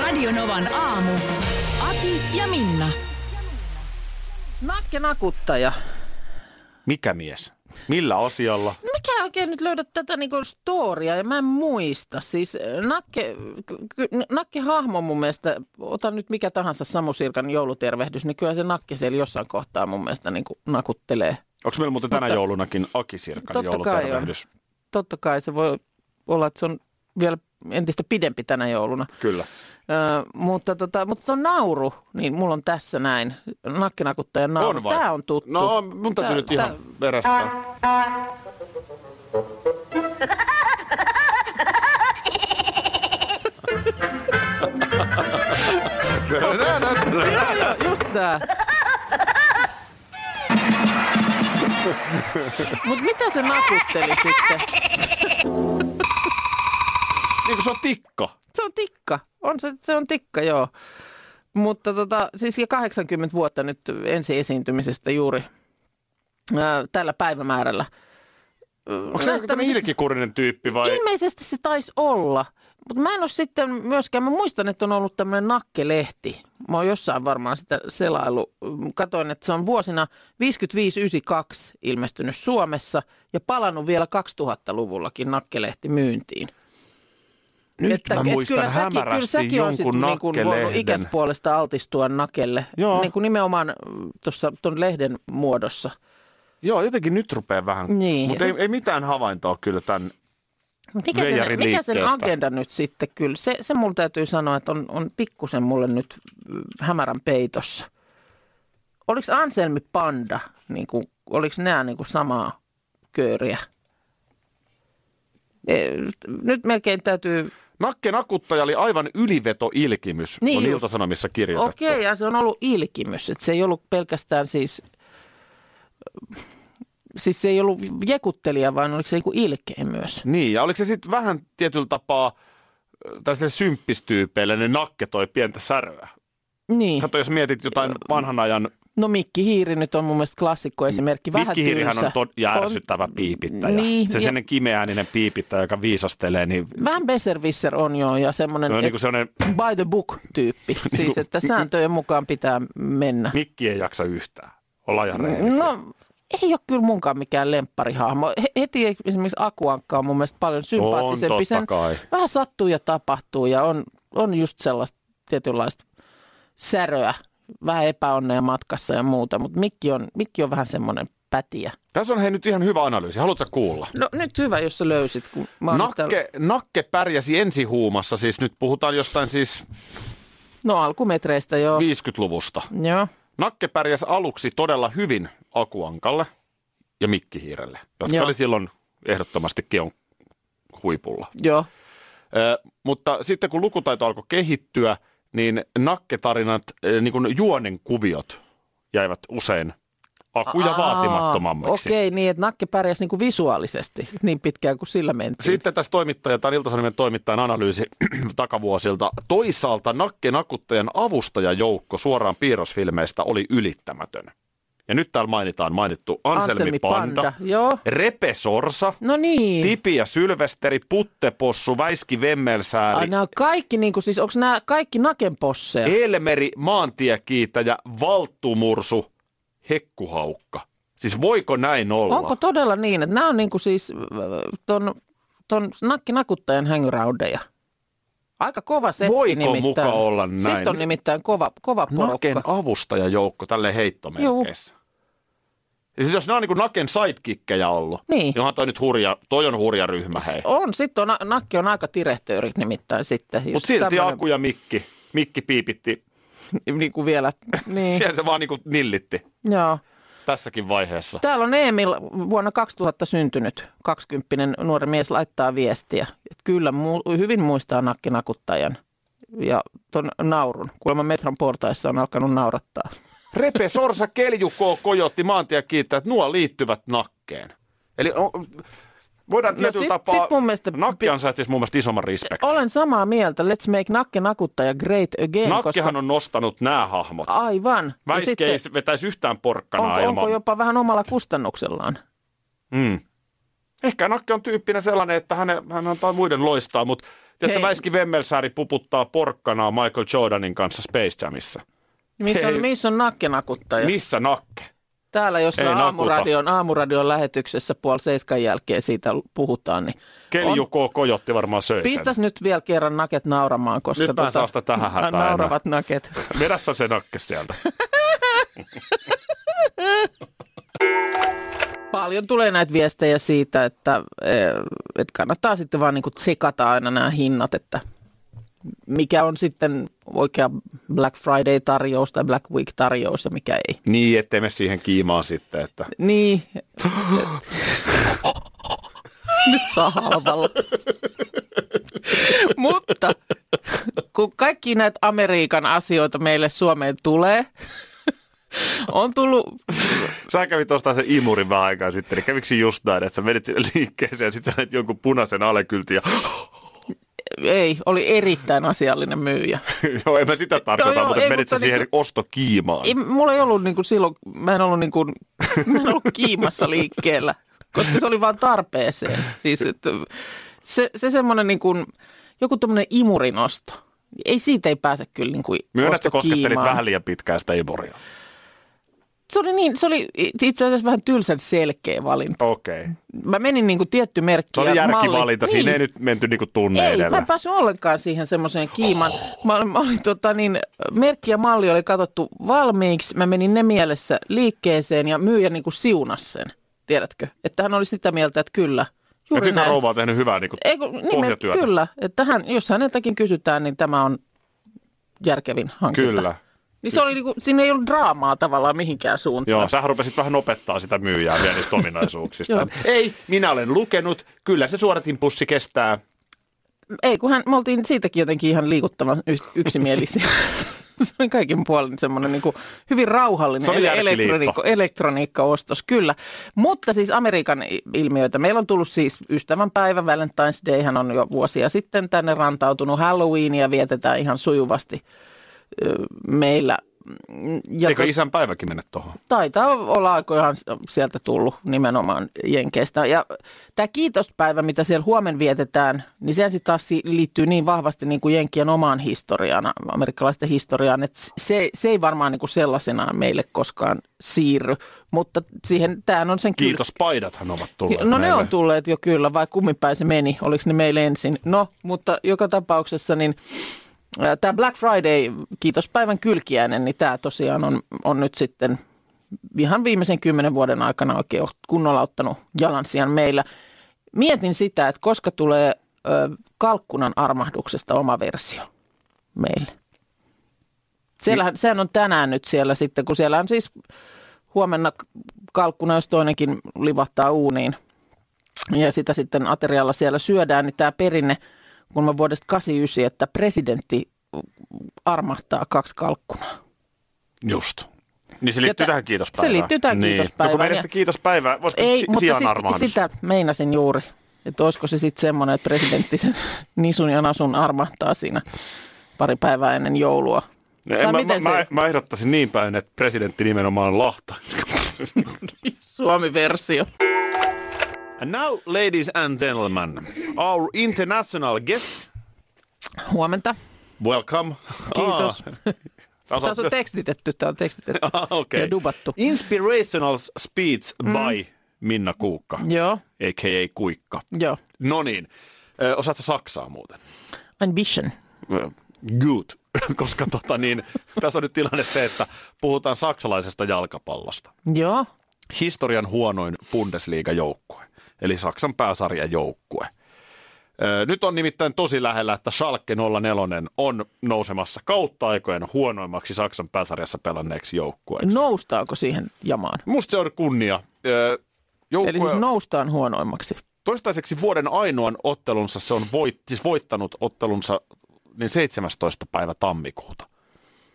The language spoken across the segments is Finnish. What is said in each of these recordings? Radionovan aamu. Ati ja Minna. Nakke nakuttaja. Mikä mies? Millä asialla? No Mikä oikein nyt löydät tätä niinku storia ja mä en muista. Siis Nakke, ky- Nakke hahmo mun mielestä, ota nyt mikä tahansa Samu Sirkan joulutervehdys, niin kyllä se Nakke siellä jossain kohtaa mun mielestä niinku nakuttelee. Onko meillä muuten tänä Mutta- joulunakin Akisirkan Totta kai joulutervehdys? Totta kai se voi olla, että se on vielä entistä pidempi tänä jouluna. Kyllä. Öö, mutta tota, mutta tuo nauru, niin mulla on tässä näin. Nakkenakuttajan nauru. On vai? Tää on tuttu. No, mun täytyy Tää- nyt tää- ihan verestää. Just tää. Mut mitä se nakutteli sitten? Niin kuin se on tikka. Se on tikka. On se, se on tikka, joo. Mutta tota, siis ja 80 vuotta nyt ensi esiintymisestä juuri ää, tällä päivämäärällä. Onko se joku tämmöinen ilkikurinen tyyppi vai? Ilmeisesti se taisi olla. Mutta mä en ole sitten myöskään, mä muistan, että on ollut tämmöinen nakkelehti. Mä oon jossain varmaan sitä selailu. Katoin, että se on vuosina 55-92 ilmestynyt Suomessa ja palannut vielä 2000-luvullakin nakkelehti myyntiin. Nyt että, mä että muistan kyllä säkin, kyllä hämärästi säkin on jonkun niin kuin voinut nakkelehden. ikäs puolesta altistua nakelle. Joo. Niin kuin nimenomaan tuossa ton lehden muodossa. Joo, jotenkin nyt rupeaa vähän. Niin. Mutta ei, ei mitään havaintoa kyllä tämän. Mikä sen, Veijarin mikä sen liikkeestä. agenda nyt sitten kyllä? Se, se mulla täytyy sanoa, että on, on pikkusen mulle nyt mm, hämärän peitossa. Oliko Anselmi Panda, niin kuin, oliko nämä niin kuin samaa kööriä? E, Nyt melkein täytyy, Nakke nakuttaja oli aivan ylivetoilkimys, Niin on just. Iltasanomissa kirjoitettu. okei, okay, ja se on ollut ilkimys, että se ei ollut pelkästään siis, siis se ei ollut jekuttelija, vaan oliko se joku ilkeä myös? Niin, ja oliko se sitten vähän tietyllä tapaa äh, tällaisille symppistyypeille, niin nakke toi pientä säröä. Niin. Kato, jos mietit jotain vanhan ajan No Mikki Hiiri nyt on mun mielestä klassikko esimerkki. Vähän Mikki Hiirihän on tylsä. tod- ja ärsyttävä piipittäjä. Niin, Niin, se ja- sellainen kimeääninen piipittäjä, joka viisastelee, niin On- Vähän Besserwisser on joo ja semmoinen se Niin on no, niin kuin sellainen, by the book tyyppi. siis että sääntöjen mukaan pitää mennä. Mikki ei jaksa yhtään. Ollaan ihan rehellisiä. No, No ei ole kyllä munkaan mikään lempparihahmo. He- heti esimerkiksi Akuankka on mun mielestä paljon sympaattisempi. totta kai. Vähän sattuu ja tapahtuu ja on, on just sellaista tietynlaista säröä. Vähän epäonnea matkassa ja muuta, mutta Mikki on, Mikki on vähän semmoinen pätiä. Tässä on hei nyt ihan hyvä analyysi. Haluatko sä kuulla? No nyt hyvä, jos sä löysit. Kun mä No oon nyt täällä- Nakke, nakke pärjäsi ensihuumassa, siis nyt puhutaan jostain siis No alkumetreistä joo. 50-luvusta. Joo. Nakke pärjäsi aluksi todella hyvin Akuankalle ja Mikki Hiirelle, jotka Joo. oli silloin ehdottomasti keon huipulla. Joo. Ö, mutta sitten kun lukutaito alkoi kehittyä, niin nakketarinat, ö, niin kuin juonen kuviot jäivät usein akuja Aa, vaatimattomammiksi. Okei, niin että Nakke pärjäsi niinku visuaalisesti niin pitkään kuin sillä mentiin. Sitten tässä toimittaja, tämä Iltasanimen toimittajan analyysi takavuosilta. Toisaalta Nakke Nakuttajan avustajajoukko suoraan piirrosfilmeistä oli ylittämätön. Ja nyt täällä mainitaan mainittu Anselmi, Panda, Joo. Repe Sorsa, No niin. Tipi ja Sylvesteri, Puttepossu, Väiski Vemmelsääri, Ai, nämä on kaikki, niinku, siis onko nämä kaikki nakenposseja? Elmeri, maantiekiitäjä, valttumursu, hekkuhaukka. Siis voiko näin olla? Onko todella niin, että nämä on niinku siis äh, ton, ton nakki-nakuttajan hängyraudeja? Aika kova setti Voiko nimittäin. muka olla näin? Sitten on nimittäin kova, kova porukka. Naken avustajajoukko tälle heittomerkeissä. Ja sit jos nämä on niin Naken sidekickejä ollut, Niin. niin onhan toi nyt hurja, toi on hurja ryhmä hei. On, sitten on, Nakki on aika direhtööri nimittäin sitten. just Mutta silti tämmönen- Aku ja Mikki, Mikki piipitti, Niinku vielä, niin, siellä se vaan niin nillitti joo. tässäkin vaiheessa. Täällä on Emil vuonna 2000 syntynyt, 20 nuori mies laittaa viestiä. Et kyllä mu- hyvin muistaa nakkinakuttajan ja ton naurun. Kuulemma metron portaissa on alkanut naurattaa. Repe, sorsa, keljukoo, kojotti, maantie kiittää, että nuo liittyvät nakkeen. Eli on, voidaan No tietyllä sit- tapaa, sit mun mielestä- nakki ansaitsisi siis mun mielestä isomman respektin. Olen samaa mieltä. Let's make Nakke Nakuttaja great again. Nakkehan on nostanut nämä hahmot. Aivan. Ja Väiske sitten- ei vetäisi yhtään porkkanaa onko, ilman. onko jopa vähän omalla kustannuksellaan? Mm. Ehkä Nakke on tyyppinä sellainen, että hänen, hän antaa muiden loistaa, mutta tiedätkö, Hei. Väiski Vemmelsäri puputtaa porkkanaa Michael Jordanin kanssa Space Jamissa. Missä Hei. on, missä on nakkenakuttaja? Missä Nakke? Täällä Ei jossain nakuta. aamuradion, aamuradion lähetyksessä puoli seiskan jälkeen siitä puhutaan. Niin on, Keljuko Kojotti varmaan söi pistäs sen. nyt vielä kerran naket nauramaan, koska tota, Nyt mä en saa sitä tähän hätään enää. nauravat naket. Vedä sä se Nakke sieltä. Paljon tulee näitä viestejä siitä, että, eh, että kannattaa sitten vaan niinku tsekata aina nämä hinnat, että mikä on sitten oikea Black Friday-tarjous tai Black Week-tarjous ja mikä ei. niin, ettei me siihen kiimaan sitten, että Niin. Nyt saa halvalla. Mutta kun kaikki näitä Amerikan asioita meille Suomeen tulee, on tullut Sä kävit ostaa sen imurin vähän aikaa sitten, niin kävikö just näin, että sä menit sinne liikkeeseen ja sitten sä näet jonkun punaisen alekyltin ja ei, oli erittäin asiallinen myyjä. No joo, en mä sitä tarkoita, joo, mutta ei, menit sä mutta siihen niinku- ostokiimaan. Ei, mulla ei ollut niin kuin silloin, mä en ollut, niin kuin, mä en ollut kiimassa liikkeellä, koska se oli vaan tarpeeseen. Siis, että se, se semmoinen niin kuin, joku tämmöinen imurinosto. Ei siitä ei pääse kyllä niin kuin Myönnät, sä koskettelit ostokiimaan. vähän liian pitkään sitä imuria. Se oli, niin, se oli itse asiassa vähän tylsän selkeä valinta. Okei. Okay. Mä menin niin kuin tietty merkki Se oli ja järkivalinta, malli. siinä niin. ei nyt menty niinku tunne Ei, edellä. mä en päässyt ollenkaan siihen semmoiseen kiimaan. Mä, olin- mä olin, tota, niin, merkki ja malli oli katsottu valmiiksi. Mä menin ne mielessä liikkeeseen ja myyjä niin kuin siunas sen, tiedätkö? Että hän oli sitä mieltä, että kyllä. Ja Juuri tytön näin. rouva on tehnyt hyvää niinku Ei, kun, niin, me, pohjatyötä. kyllä, että hän, jos häneltäkin kysytään, niin tämä on järkevin hankinta. Kyllä. Niin se oli, niin kuin, siinä ei ollut draamaa tavallaan mihinkään suuntaan. Joo, sähän rupesit vähän opettaa sitä myyjää vielä niistä ominaisuuksista. Joo. Ei, minä olen lukenut. Kyllä se suodatin pussi kestää. Ei, kun hän, me oltiin siitäkin jotenkin ihan liikuttavan y- yksimielisiä. se oli kaikin puolin semmoinen niin hyvin rauhallinen Se oli ele- järkiliitto. elektroniikka, elektroniikkaostos, kyllä. Mutta siis Amerikan i- ilmiöitä. Meillä on tullut siis ystävänpäivä, Valentine's Dayhän on jo vuosia sitten tänne rantautunut. Halloweenia vietetään ihan sujuvasti ö, meillä. Mm, Ja Eikö tot- isän päiväkin mene tuohon? Taitaa olla aikoihan sieltä tullut nimenomaan Jenkeistä. Ja tämä kiitospäivä, mitä siellä huomenna vietetään, niin sehän sitten taas si- liittyy niin vahvasti niin kuin Jenkien omaan historiaan, amerikkalaisten historiaan, että se, se ei varmaan niin kuin sellaisenaan meille koskaan siirry. Mutta siihen, tämähän on sen kyl- Kiitos, paidathan ovat tulleet. No ne meille. on tulleet jo kyllä, vai kumminpäin se meni, oliko ne meille ensin. No, mutta joka tapauksessa niin tämä Black Friday, kiitos päivän kylkiäinen, niin tämä tosiaan on, on nyt sitten ihan viimeisen kymmenen vuoden aikana oikein kunnolla ottanut jalansijan meillä. Mietin sitä, että koska tulee ö, kalkkunan armahduksesta oma versio meille. Siellähän, sehän on tänään nyt siellä sitten, kun siellä on siis huomenna kalkkuna, jos toinenkin livahtaa uuniin ja sitä sitten aterialla siellä syödään, niin tämä perinne, kun mä vuodesta 89, että presidentti armahtaa kaksi kalkkunaa. Just. Niin se liittyy Jota- tähän kiitospäivään. se liittyy tähän niin. kiitospäivään. No kun meidän sitä kiitospäivää, voisiko Ei, si- mutta sijaan sit, armahdus? sitä meinasin juuri, että olisiko se sitten semmoinen, että presidentti sen nisun ja nasun armahtaa siinä pari päivää ennen joulua. No, en, Tai mä, mä, miten se- mä, mä ehdottaisin niin päin, että presidentti nimenomaan lahta. Suomi-versio. And now, ladies and gentlemen, our international guest, Huomenta. welcome. Kiitos. Tämä Ah, on tekstitetty, tämä on tekstitetty. Ah, okay. ja dubattu. Mm. Inspirational speech by Minna Kuukka, Joo, a.k.a. Kuikka. joo. No niin, Ö, osaatko saksaa muuten? Ambition. Ö, Good, koska tota niin, tässä on nyt tilanne se, että puhutaan saksalaisesta jalkapallosta. Joo, historian huonoin Bundesliga-joukkue, eli Saksan pääsarjan joukkue. Öö, Nyt on nimittäin tosi lähellä, että Schalke 04 on nousemassa kautta aikojen huonoimmaksi Saksan pääsarjassa pelanneeksi joukkueeksi. No. noustaako siihen jamaan? Musta se on kunnia. Öö, Eli Joukkue siis siis noustaan huonoimmaksi. toistaiseksi vuoden ainoan ottelunsa se on voit, siis voittanut ottelunsa niin 17. päivä tammikuuta.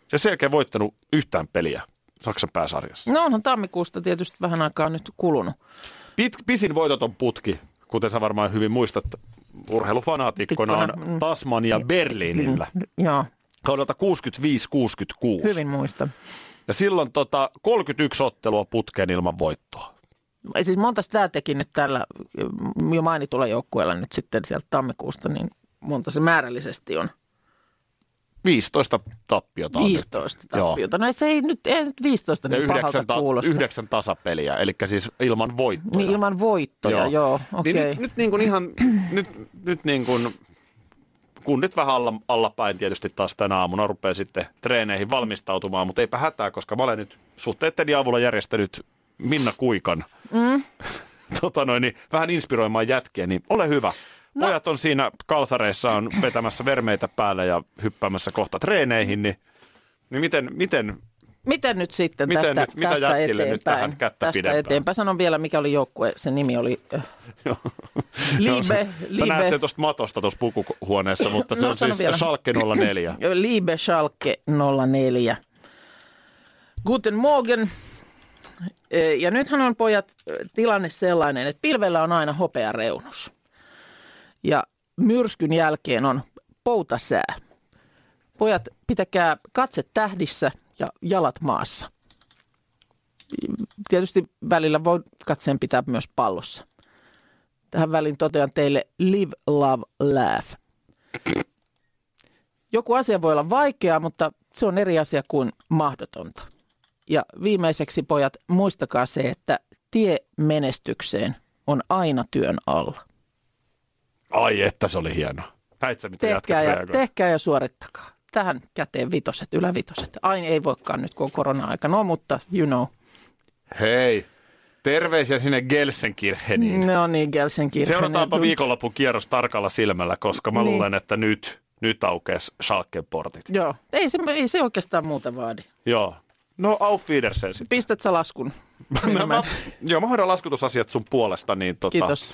Se sen jälkeen voittanut yhtään peliä Saksan pääsarjassa. No onhan tammikuusta tietysti vähän aikaa nyt kulunut. Pit, pisin voitoton putki, kuten sä varmaan hyvin muistat urheilufanaatikkoina, on Tikkona, mm. Tasmania Berliinillä Joo, kaudelta 65-66. hyvin muista. Ja silloin tota, 31 ottelua putkeen ilman voittoa. Ei Siis monta tämä teki nyt tällä mm, jo mainitulla joukkueella nyt sitten sieltä tammikuusta, niin monta se määrällisesti on? 15 tappiota. on nyt. 15 Joo. tappiota. No ei se ei nyt, ei nyt 15 Ja niin pahalta yhdeksän, ta- kuulosta. yhdeksän tasapeliä, eli siis ilman voittoja. Niin ilman voittoja, joo, joo okei. Niin nyt, nyt niin kuin ihan, nyt, nyt niin kuin, kun nyt vähän alla, allapäin tietysti taas tänä aamuna rupeaa sitten treeneihin valmistautumaan, mutta eipä hätää, koska mä olen nyt suhteetteni avulla järjestänyt Minna Kuikan Mm. tota noin, niin, vähän inspiroimaan jätkiä, niin ole hyvä. No. Pojat on siinä kalsareissaan vetämässä vermeitä päälle ja hyppäämässä kohta treeneihin, niin, niin miten, miten, Miten nyt sitten Miten tästä, nyt- mitä tästä jätkille nyt eteenpäin? tähän kättä tästä pidempään? eteenpäin. Sanon vielä, mikä oli joukkue. Sen nimi oli äh, Joo. Joo, sä, Liebe, sä näet Liebe, sen tuosta matosta tuossa pukuhuoneessa, mutta se No, on sano siis vielä. Schalke 04. Liebe Schalke 04. Guten Morgen. Eh, Ja nythän on pojat eh, tilanne sellainen, että pilvellä on aina hopeareunus. Ja myrskyn jälkeen on poutasää. Pojat, pitäkää katse tähdissä ja jalat maassa. Tietysti välillä voi katseen pitää myös pallossa. Tähän väliin totean teille live, love, laugh. Joku asia voi olla vaikeaa, mutta se on eri asia kuin mahdotonta. Ja viimeiseksi pojat, muistakaa se, että tie menestykseen on aina työn alla. Ai että se oli hieno. Näit sä mitä Tehkää jätkät ja, reagoi? tehkää ja suorittakaa. Tähän käteen vitoset, ylävitoset. Aina ei voikaan nyt, kun on korona-aika. No, mutta you know. Hei, terveisiä sinne Gelsenkircheniin. No niin, Gelsenkirchen. Seurataanpa viikonlopun kierros tarkalla silmällä, koska mä Niin. luulen, että nyt, nyt aukees Schalken portit. Joo, ei se, ei se oikeastaan muuta vaadi. Joo. No, auf Wiedersehen sitten. Pistät sä laskun. Mä, mä, Enemmän. joo, mä hoidan laskutusasiat sun puolesta, niin tota, Kiitos.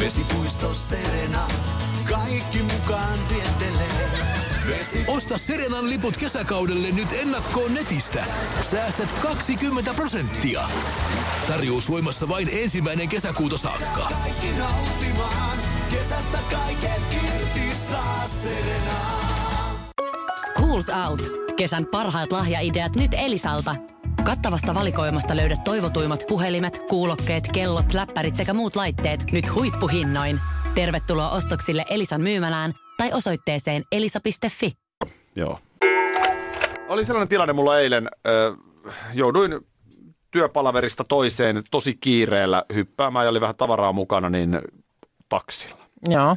Vesipuisto Serena, kaikki mukaan viettelee. Vesi, Osta Serenan liput kesäkaudelle nyt ennakkoon netistä. Säästät 20 prosenttia. Tarjous voimassa vain ensimmäinen kesäkuuta saakka. kaikki nauttimaan, kesästä kaiken irti saa Serena. Schools Out. Kesän parhaat lahjaideat nyt Elisalta. Kattavasta valikoimasta löydät toivotuimmat puhelimet, kuulokkeet, kellot, läppärit sekä muut laitteet nyt huippuhinnoin. Tervetuloa ostoksille Elisan myymälään tai osoitteeseen elisa.fi. Joo. Oli sellainen tilanne mulla eilen. Ö, jouduin työpalaverista toiseen tosi kiireellä hyppäämään ja oli vähän tavaraa mukana, niin taksilla. Joo,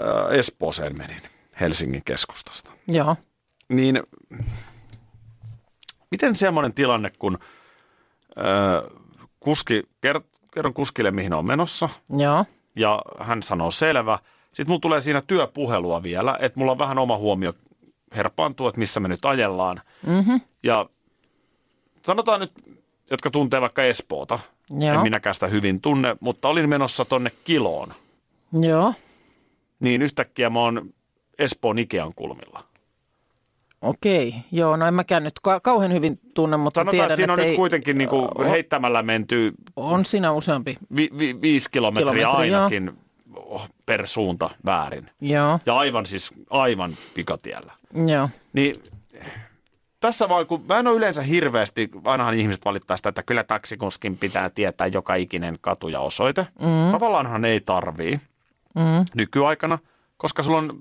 Ö, Äh, Espooseen menin Helsingin keskustasta. joo. Niin miten semmoinen tilanne, kun ö, kuski, kert- kerron kuskille, mihin on menossa – Joo, ja hän sanoo selvä. Sitten mulla tulee siinä työpuhelua vielä, että mulla on vähän oma huomio herpaantuu, että missä me nyt ajellaan. Mm-hmm. Ja sanotaan nyt, jotka tuntee vaikka Espoota, Joo. en minäkään sitä hyvin tunne, mutta olin menossa tonne kiloon. joo, Niin yhtäkkiä mä oon Espoon Ikean kulmilla. okei. Joo, no en mäkään nyt ka- kauhean hyvin tunne, mutta Sanotaan, tiedän, että siinä on että nyt ei- kuitenkin niin kuin on- heittämällä menty On siinä useampi. vi- vi- viisi kilometriä Kilometri, joo. ainakin oh, per suunta väärin. Joo, Ja aivan siis aivan pikatiellä. joo. Niin tässä vaan, kun mä en ole yleensä hirveästi, ainahan ihmiset valittaa sitä, että kyllä taksikuskin pitää tietää joka ikinen katu ja osoite. Mm. Tavallaanhan ei tarvii mm. nykyaikana, koska sulla on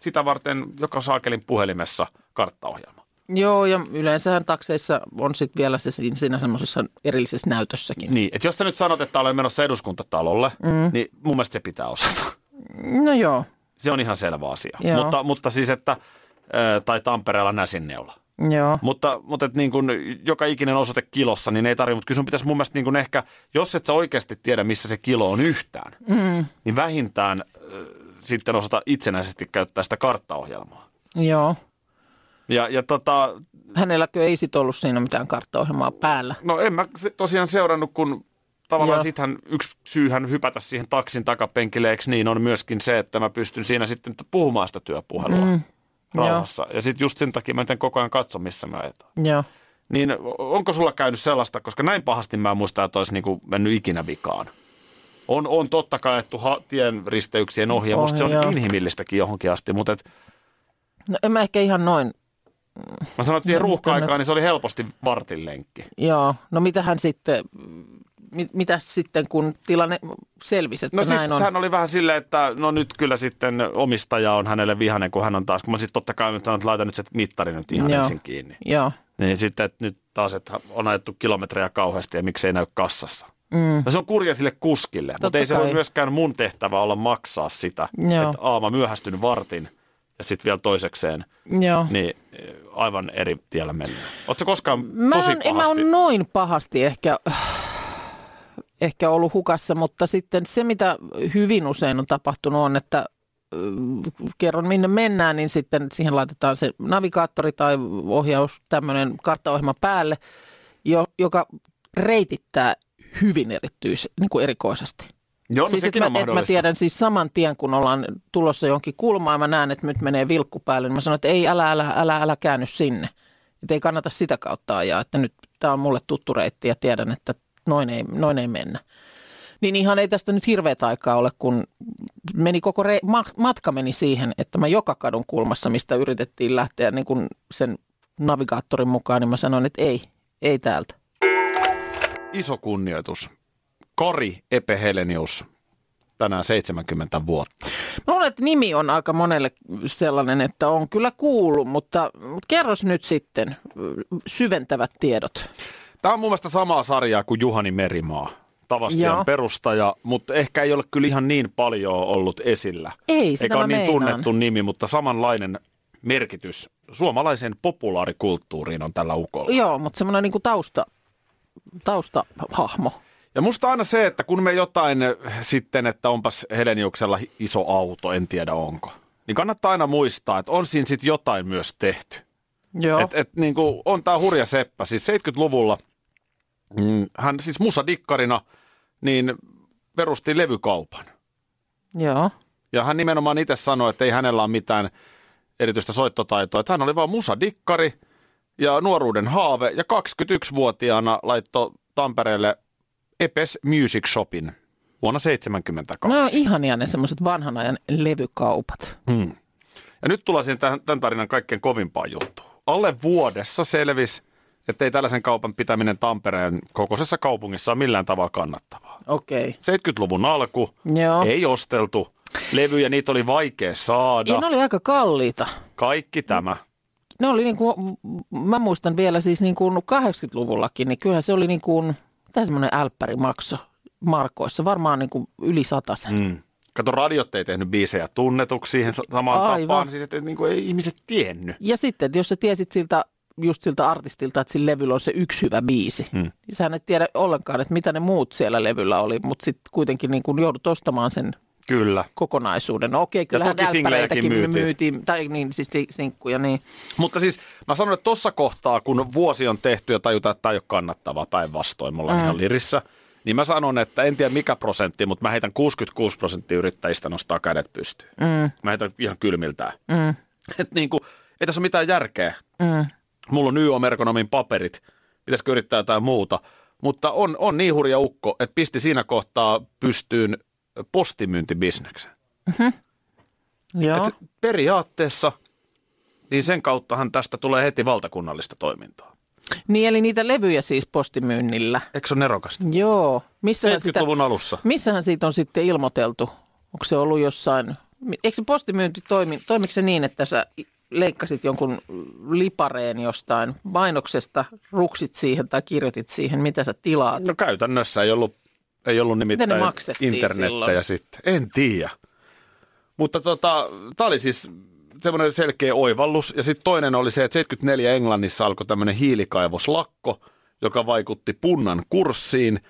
sitä varten joka saakelin puhelimessa karttaohjelma. Joo, ja yleensähän takseissa on sitten vielä se siinä, siinä semmoisessa erillisessä näytössäkin. Niin, että jos sä nyt sanot, että olen menossa eduskuntatalolle, mm. niin mun mielestä se pitää osata. No joo, Se on ihan selvä asia. Joo. Mutta, mutta siis, että, äh, tai Tampereella näsinneula. Joo. Mutta, mutta et niin kun joka ikinen osoite kilossa, niin ei tarvitse. Mutta kyllä sun pitäisi mun mielestä niin kun ehkä, jos et sä oikeasti tiedä, missä se kilo on yhtään, mm. niin vähintään äh, sitten osata itsenäisesti käyttää sitä karttaohjelmaa. Joo. Ja, ja tota, Hänelläkö ei sit ollut siinä mitään karttaohjelmaa päällä? No en mä se- tosiaan seurannut, kun tavallaan Joo. sittenhän yksi syyhän hypätä siihen taksin takapenkille, eikö niin, on myöskin se, että mä pystyn siinä sitten t- puhumaan sitä työpuhelua mm. rauhassa. Ja sitten just sen takia mä en koko ajan katso, missä mä etän. Joo. Niin o- onko sulla käynyt sellaista, koska näin pahasti mä en muista, että olisi niinku mennyt ikinä vikaan. On, on totta kai, että ha- tien risteyksien ohje, musta se on Ohje, joo. inhimillistäkin johonkin asti, mutta et, No en mä ehkä ihan noin. mä sanon, että siihen No, ruuhka-aikaan kannat- niin se oli helposti vartin lenkki. Joo. No mitähän sitten, mit, mitäs sitten kun tilanne selvisi, että No näin sitten on? hän oli vähän silleen, että no nyt kyllä sitten omistaja on hänelle vihainen, kun hän on taas. Kun mä sitten totta kai nyt sanon, että laita nyt se mittari nyt ihan Joo. ensin kiinni. Joo. Niin sitten että nyt taas, että on ajettu kilometrejä kauheasti ja miksei näy kassassa. Mm. No se on kurja sille kuskille, mutta Totta ei se kai. voi myöskään mun tehtävä olla maksaa sitä, Joo. että aama myöhästyn vartin ja sitten vielä toisekseen, Joo. niin eh, aivan eri tiellä mennään. Oletko koskaan Mä tosi oon, en mä pahasti? oon noin pahasti ehkä, ehkä ollut hukassa, mutta sitten se, mitä hyvin usein on tapahtunut, on, että ö, kerron minne mennään, niin sitten siihen laitetaan se navigaattori tai ohjaus, tämmöinen karttaohjelma päälle, jo, joka reitittää hyvin erityis, niin kuin erikoisesti. Joo, no siis et sekin mä, et on mä mahdollista. tiedän siis saman tien, kun ollaan tulossa jonkin kulmaan, mä näen, että nyt menee vilkku päälle, niin mä sanon, että ei, älä, älä, älä, älä käänny sinne. Että ei kannata sitä kautta ajaa, että nyt tämä on mulle tuttu reitti ja tiedän, että noin ei, noin ei mennä. Niin ihan ei tästä nyt hirveät aikaa ole, kun meni koko re- ma- matka meni siihen, että mä joka kadun kulmassa, mistä yritettiin lähteä niin kun sen navigaattorin mukaan, niin mä sanoin, että ei, ei täältä. iso kunnioitus. Kari Epe Helenius, tänään 70 vuotta. Mä luulen, että nimi on aika monelle sellainen, että on kyllä kuullut, mutta, mutta kerros nyt sitten ö, syventävät tiedot. Tämä on mun mielestä samaa sarjaa kuin Juhani Merimaa, Joo. Tavastian perustaja, mutta ehkä ei ole kyllä ihan niin paljon ollut esillä. Ei, sitä Eikä mä ole niin meinaan. tunnettu nimi, mutta samanlainen merkitys suomalaiseen populaarikulttuuriin on tällä ukolla. Joo, mutta semmoinen niin tausta, taustahahmo. Ja musta aina se, että kun me jotain äh, sitten, että onpas Heleniuksella hi- iso auto, en tiedä onko, niin kannattaa aina muistaa, että on siinä sitten jotain myös tehty. Joo, Et, et, niin kuin, on tämä hurja seppä. Siis 70-luvulla mm, hän siis musadikkarina niin perusti levykaupan. joo. Ja hän nimenomaan itse sanoi, että ei hänellä ole mitään erityistä soittotaitoa. Että hän oli vaan musadikkari ja nuoruuden haave. Ja 21-vuotiaana laittoi Tampereelle Epes Music Shopin vuonna No 72. on ihania ne semmoiset vanhan ajan levykaupat. Ja nyt tullaan siihen tähän- tämän tarinan kaikkein kovimpaan juttuun. Alle vuodessa selvisi, että ei tällaisen kaupan pitäminen Tampereen kokoisessa kaupungissa ole millään tavalla kannattavaa. Okei. 70-luvun alku, Joo. ei osteltu, levyjä niitä oli vaikea Ja saada, ne oli aika kalliita. kaikki tämä. Ne oli niin kuin, mä muistan vielä siis niin kuin 80-luvullakin, niin kyllähän se oli niin kuin, mitä semmoinen älppäri makso markoissa, varmaan niin kuin yli sataisen. Mm. Kato, radiot ei tehnyt biisejä tunnetuksi siihen sa- samaan Aivan. tapaan, siis että niin kuin ei ihmiset tiennyt. Ja sitten, että jos sä tiesit siltä, just siltä artistilta, että sillä levyllä on se yksi hyvä biisi, mm. niin sä et tiedä ollenkaan, että mitä ne muut siellä levyllä oli, mutta sitten kuitenkin niin kun joudut ostamaan sen Kyllä. kokonaisuuden. No okei, kyllähän toki singlejäkin dälppäreitäkin myytiin. myytiin. myytiin, tai niin, siis si- sinkkuja, niin. Mutta siis mä sanon, että tuossa kohtaa, kun vuosi on tehty ja tajutaan, että tämä ei ole kannattavaa päinvastoin, mulla on ihan lirissä, niin mä sanon, että en tiedä mikä prosentti, mutta mä heitän 66 prosenttia yrittäjistä nostaa kädet pystyyn. Mm. Mä heitän ihan kylmiltään. Mm. Et niin kuin, ei tässä ole mitään järkeä. Mm. Mulla on YO-merkonomin paperit, pitäisikö yrittää jotain muuta. Mutta on, on niin hurja ukko, että pisti siinä kohtaa pystyyn postimyyntibisneksen. Joo. Et periaatteessa niin sen kauttahan tästä tulee heti valtakunnallista toimintaa. Niin, eli niitä levyjä siis postimyynnillä. Eikö se ole nerokasta? Joo. Missähän sitä, 70-luvun alussa. missähän siitä on sitten ilmoiteltu? Onko se ollut jossain, eikö se postimyynti toimi, toimiko se niin, että sä leikkasit jonkun lipareen jostain mainoksesta, ruksit siihen tai kirjoitit siihen, mitä sä tilaat? No käytännössä ei ollut, ei ollut Miten ne nimittäin maksettiin internettejä silloin? sitten. En tiedä. Mutta tota, tämä oli siis semmoinen selkeä oivallus. Ja sitten toinen oli se, että 74 Englannissa alkoi tämmöinen hiilikaivoslakko, joka vaikutti punnan kurssiin.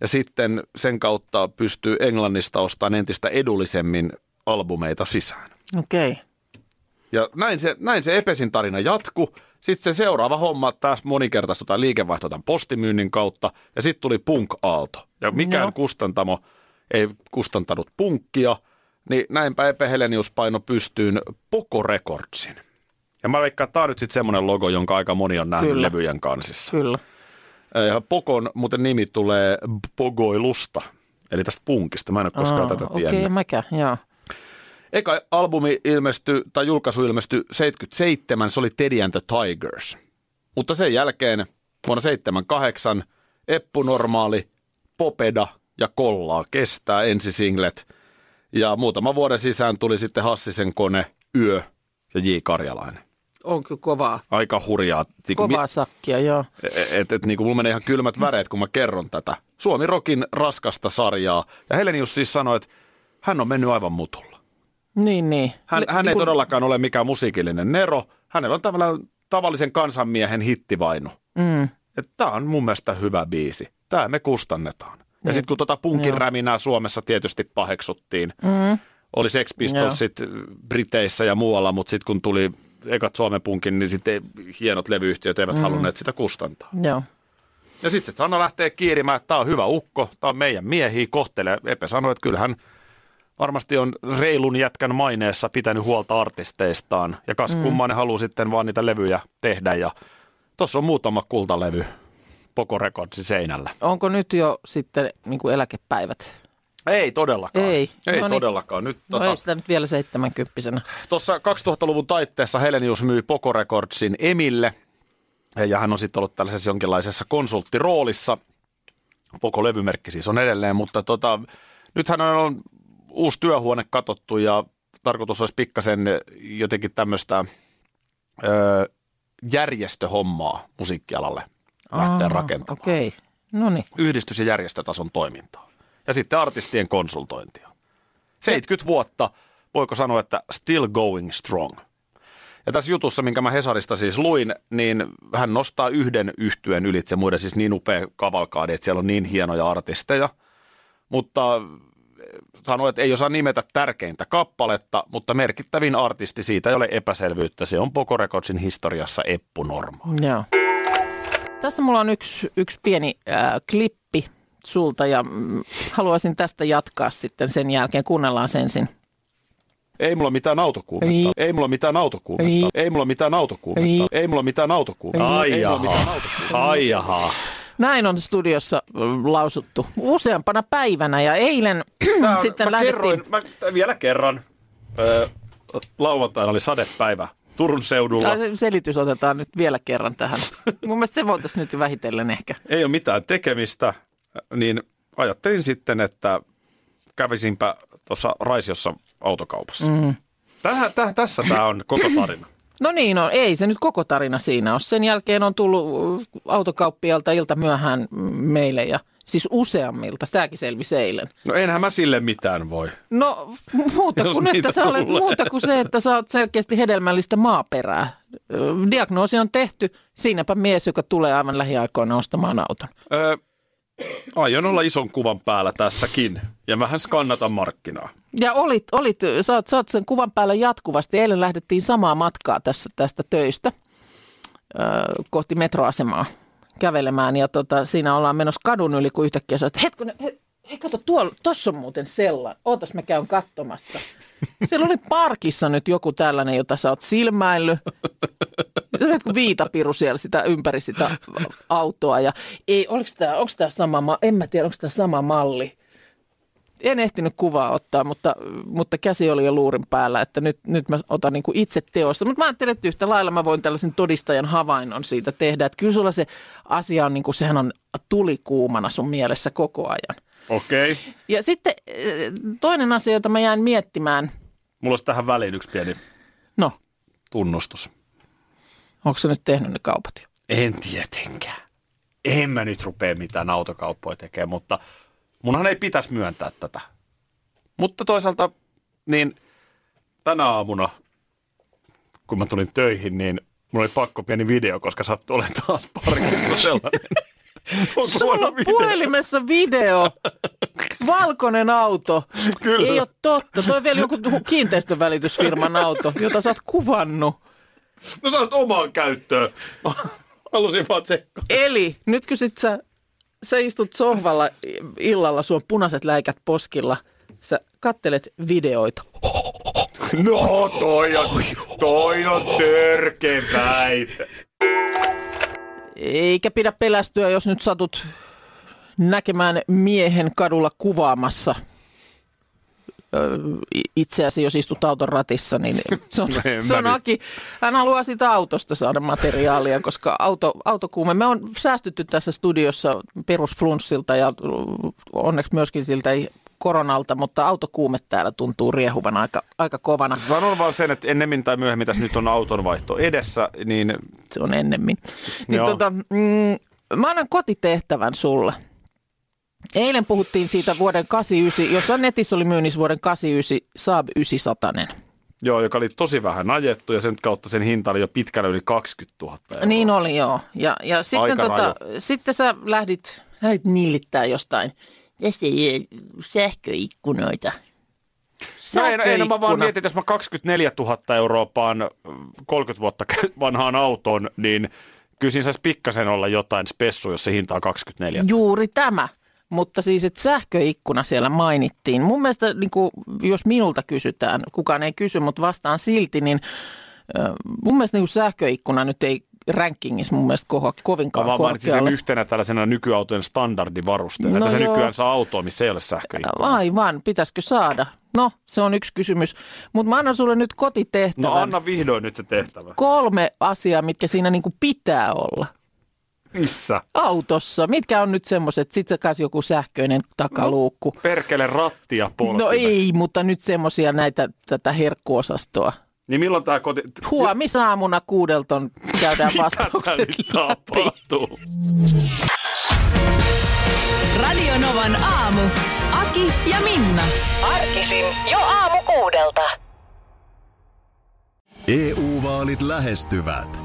Ja sitten sen kautta pystyy Englannista ostamaan entistä edullisemmin albumeita sisään. Okei. Okay. Ja näin se, näin se Epesin tarina jatku. Sitten se seuraava homma taas moninkertaistui tämä liikevaihto tämän postimyynnin kautta. Ja sitten tuli punk-aalto. Ja mikään Joo. no. kustantamo ei kustantanut punkkia. Niin näinpä Epe Helenius paino pystyyn Poco Recordsin. Ja mä veikkaan, että tämä on nyt sitten semmoinen logo, jonka aika moni on nähnyt Kyllä. Kyllä. levyjen kansissa. Kyllä. Ja Pokon muuten nimi tulee Pogoilusta, eli tästä punkista. Mä en ole koskaan Aa, tätä Okei, tiennyt. okay, mäkään, joo. Eka albumi ilmestyi, tai julkaisu ilmestyi 77, se oli Teddy and the Tigers. Mutta sen jälkeen vuonna 78 Eppu Normaali, Popeda ja Kollaa kestää ensisinglet. Ja muutama vuoden sisään tuli sitten Hassisen kone, Yö ja J. Karjalainen. On kyllä kovaa, Aika hurjaa. Niin kuin mi- kovaa sakkia, joo. et, et, et niin kuin mulla menee ihan kylmät väreet, kun mä kerron tätä. Suomi Rokin raskasta sarjaa. Ja Helenius siis sanoi, että hän on mennyt aivan mutulla. Niin, niin. Hän, Le- hän ei kun- todellakaan ole mikään musiikillinen nero. Hänellä on tavallaan tavallisen kansanmiehen hittivainu. Mm, Tämä on mun mielestä hyvä biisi. Tämä me kustannetaan. Ja sitten kun tota punkin Niin. Joo. räminää Suomessa tietysti paheksuttiin. mm, Oli Sex Joo. Pistols sit Briteissä ja muualla, mutta sitten kun tuli ekat Suomen punkin, niin sitten hienot levyyhtiöt eivät mm. halunneet sitä kustantaa. joo. Ja sitten se Sanna lähtee kiirimään, että tämä on hyvä ukko, tämä on meidän miehiä, kohtelee. Epe sanoi, että kyllähän varmasti on reilun jätkän maineessa pitänyt huolta artisteistaan. Ja kas Mm. kummainen haluaa sitten vaan niitä levyjä tehdä. Ja tuossa on muutama kultalevy Poco Recordsin seinällä. Onko nyt jo sitten niin kuin eläkepäivät? Ei todellakaan. Ei. Ei No niin. todellakaan. Nyt No tota, ei sitä nyt vielä seitsemänkymppisenä. Tuossa 2000-luvun taitteessa Helenius myi Poco Recordsin Emille, ja hän on sitten ollut tällaisessa jonkinlaisessa konsulttiroolissa. Poco levymerkki siis on edelleen, mutta tota, nythän on uusi työhuone katottu, ja tarkoitus olisi pikkasen jotenkin tämmöistä ö, järjestöhommaa musiikkialalle lähteä Aa, rakentamaan. Okay. Okei, no niin. Yhdistys- ja järjestötason toimintaa. Ja sitten artistien konsultointia. 70 vuotta, voiko sanoa, että still going strong. Ja tässä jutussa, minkä mä Hesarista siis luin, niin hän nostaa yhden yhtyön ylitse muiden, siis niin upea kavalkaadi, että siellä on niin hienoja artisteja. Mutta sanoi, että ei osaa nimetä tärkeintä kappaletta, mutta merkittävin artisti siitä ei ole epäselvyyttä. Se on Poco Recordsin historiassa Eppu Norma. Joo. Tässä mulla on yksi, yksi pieni äh, klippi sulta ja mm, haluaisin tästä jatkaa sitten sen jälkeen. Kuunnellaan sen ensin. Ei mulla mitään autokuumetta. Niin. Ei mulla mitään autokuumetta. Niin. Ei mulla mitään autokuumetta. Niin. Ei mulla mitään autokuumetta. Ai jaha. Ai jaha. Näin on studiossa äh, lausuttu useampana päivänä ja eilen Tää on- sitten mä lähdettiin... kerroin, mä, t- vielä kerran. Öö, lauantaina oli sadepäivä Turun seudulla. Tai se Selitys otetaan nyt vielä kerran tähän. Mun mielestä se voitaisiin nyt vähitellen ehkä. Ei ole mitään tekemistä, niin ajattelin sitten, että kävisinpä tuossa Raisiossa autokaupassa. Mm. Tähän, täh, tässä tämä on koko tarina. No niin, no, ei se nyt koko tarina siinä ole. Sen jälkeen on tullut äh, autokauppialta ilta myöhään mm, meille ja siis useammilta. Säkin selvisi eilen. No enhän mä sille mitään voi. No muuta Jos kuin, että niitä sä olet, tulee. muuta kuin se, että sä oot selkeästi hedelmällistä maaperää. Ö, Diagnoosi on tehty. Siinäpä mies, joka tulee aivan lähiaikoina ostamaan auton. Öö, aion olla ison kuvan päällä tässäkin ja vähän skannata markkinaa. Ja olit, olit sä, oot, sä oot sen kuvan päällä jatkuvasti. Eilen lähdettiin samaa matkaa tässä, tästä töistä ö, kohti metroasemaa kävelemään. Ja tota, siinä ollaan menossa kadun yli, kun yhtäkkiä sä oot, hetkinen, he, he, kato, tuolla, tossa on muuten sellainen. Ootas, mä käyn katsomassa. Siellä oli parkissa nyt joku tällainen, jota sä oot silmäillyt. Se on joku viitapiru siellä sitä ympäri sitä autoa. Ja ei, oliko tämä, onko tämä sama, ma- en mä tiedä, onko tämä sama malli en ehtinyt kuvaa ottaa, mutta, mutta käsi oli jo luurin päällä, että nyt, nyt mä otan niin kuin itse teosta. Mutta mä ajattelin, että yhtä lailla mä voin tällaisen todistajan havainnon siitä tehdä. Että kyllä sulla se asia on, niin kuin, sehän on tulikuumana sun mielessä koko ajan. Okei. Okay. Ja sitten eh, toinen asia, jota mä jäin miettimään. Mulla olisi tähän väliin yksi pieni No, tunnustus. onko se nyt tehnyt ne kaupat jo? En tietenkään. En mä nyt rupea mitään autokauppoja tekemään, mutta munhan ei pitäisi myöntää tätä. Mutta toisaalta, niin tänä aamuna, kun mä tulin töihin, niin mulla oli pakko pieni video, koska sattui olemaan taas parkissa sellainen. On Sulla huono on puhelimessa video. Valkoinen auto. Kyllä. Ei ole totta. Toi on vielä joku kiinteistövälitysfirman auto, jota sä oot kuvannut. No sä oot omaan käyttöön. Mä Halusin vaan tsekkaa. Eli nyt kun sit sä, sä istut sohvalla illalla, sun punaiset läikät poskilla, sä kattelet videoita. No toi on, toi on törkeä väite. Eikä pidä pelästyä, jos nyt satut näkemään miehen kadulla kuvaamassa Öö, i- itseäsi, jos istut auton ratissa, niin se on, No En mä se on nyt. Aki. Hän haluaa sitä autosta saada materiaalia, koska auto, autokuume. Me on säästytty tässä studiossa perusflunssilta ja onneksi myöskin siltä ei koronalta, mutta autokuume täällä tuntuu riehuvan aika, aika kovana. Sanon vaan sen, että ennemmin tai myöhemmin tässä nyt on autonvaihto edessä, niin se on ennemmin. Niin Joo. tota, mm, mä annan kotitehtävän sulle. Eilen puhuttiin siitä vuoden 89, jossain netissä oli myynnissä vuoden 89 Saab 900. joo, joka oli tosi vähän ajettu ja sen kautta sen hinta oli jo pitkälle yli 20 000 euroa. Niin oli joo. Ja, ja sitten, Aika tota, sitten sä lähdit, lähdit nillittää jostain. Tässä ei ole sähköikkunoita. No ei, no, ei, no mä vaan Sähköikkuna. mietin, että jos mä 24 000 euroa paan äh, 30 vuotta kä- vanhaan autoon, niin kyllä siinä saisi pikkasen olla jotain spessu, jos se hinta on 24 000. Juuri tämä. Mutta siis, että sähköikkuna siellä mainittiin. Mun mielestä, niin kuin, jos minulta kysytään, kukaan ei kysy, mutta vastaan silti, niin ö, mun mielestä niin sähköikkuna nyt ei rankingissa mun mielestä kohoa Mä kovinkaan vaan mainitsin sen korkealle. yhtenä tällaisena nykyautojen standardivarusteena. No No Tässä joo. nykyään saa autoa, missä ei ole sähköikkuna. Aivan, pitäisikö saada? No, se on yksi kysymys. Mutta mä annan sulle nyt kotitehtävän. No anna vihdoin nyt se tehtävä. Kolme asiaa, mitkä siinä niin kuin pitää olla Missä? autossa. Mitkä on nyt semmoiset? Sitten kanssa joku sähköinen takaluukku. Perkele rattia polkimet. No ei, mutta nyt semmoisia näitä tätä herkkuosastoa. Niin milloin tämä koti... t- Huomisaamuna kuudelta on- käydään Tää vastaukset nyt läpi. tapahtuu. Radio Novan aamu. Aki ja Minna. Arkisin jo aamu kuudelta. EU-vaalit E lähestyvät.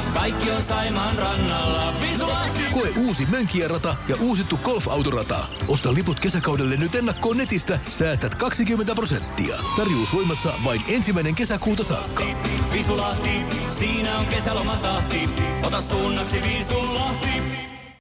Koe uusi Mönkijärata ja uusittu golfautorata. Osta liput kesäkaudelle nyt ennakkoon netistä, säästät 20 prosenttia. Tarjous voimassa vain ensimmäinen kesäkuuta saakka. Visulahti, siinä on kesälomatahti. Ota suunnaksi Visulahti.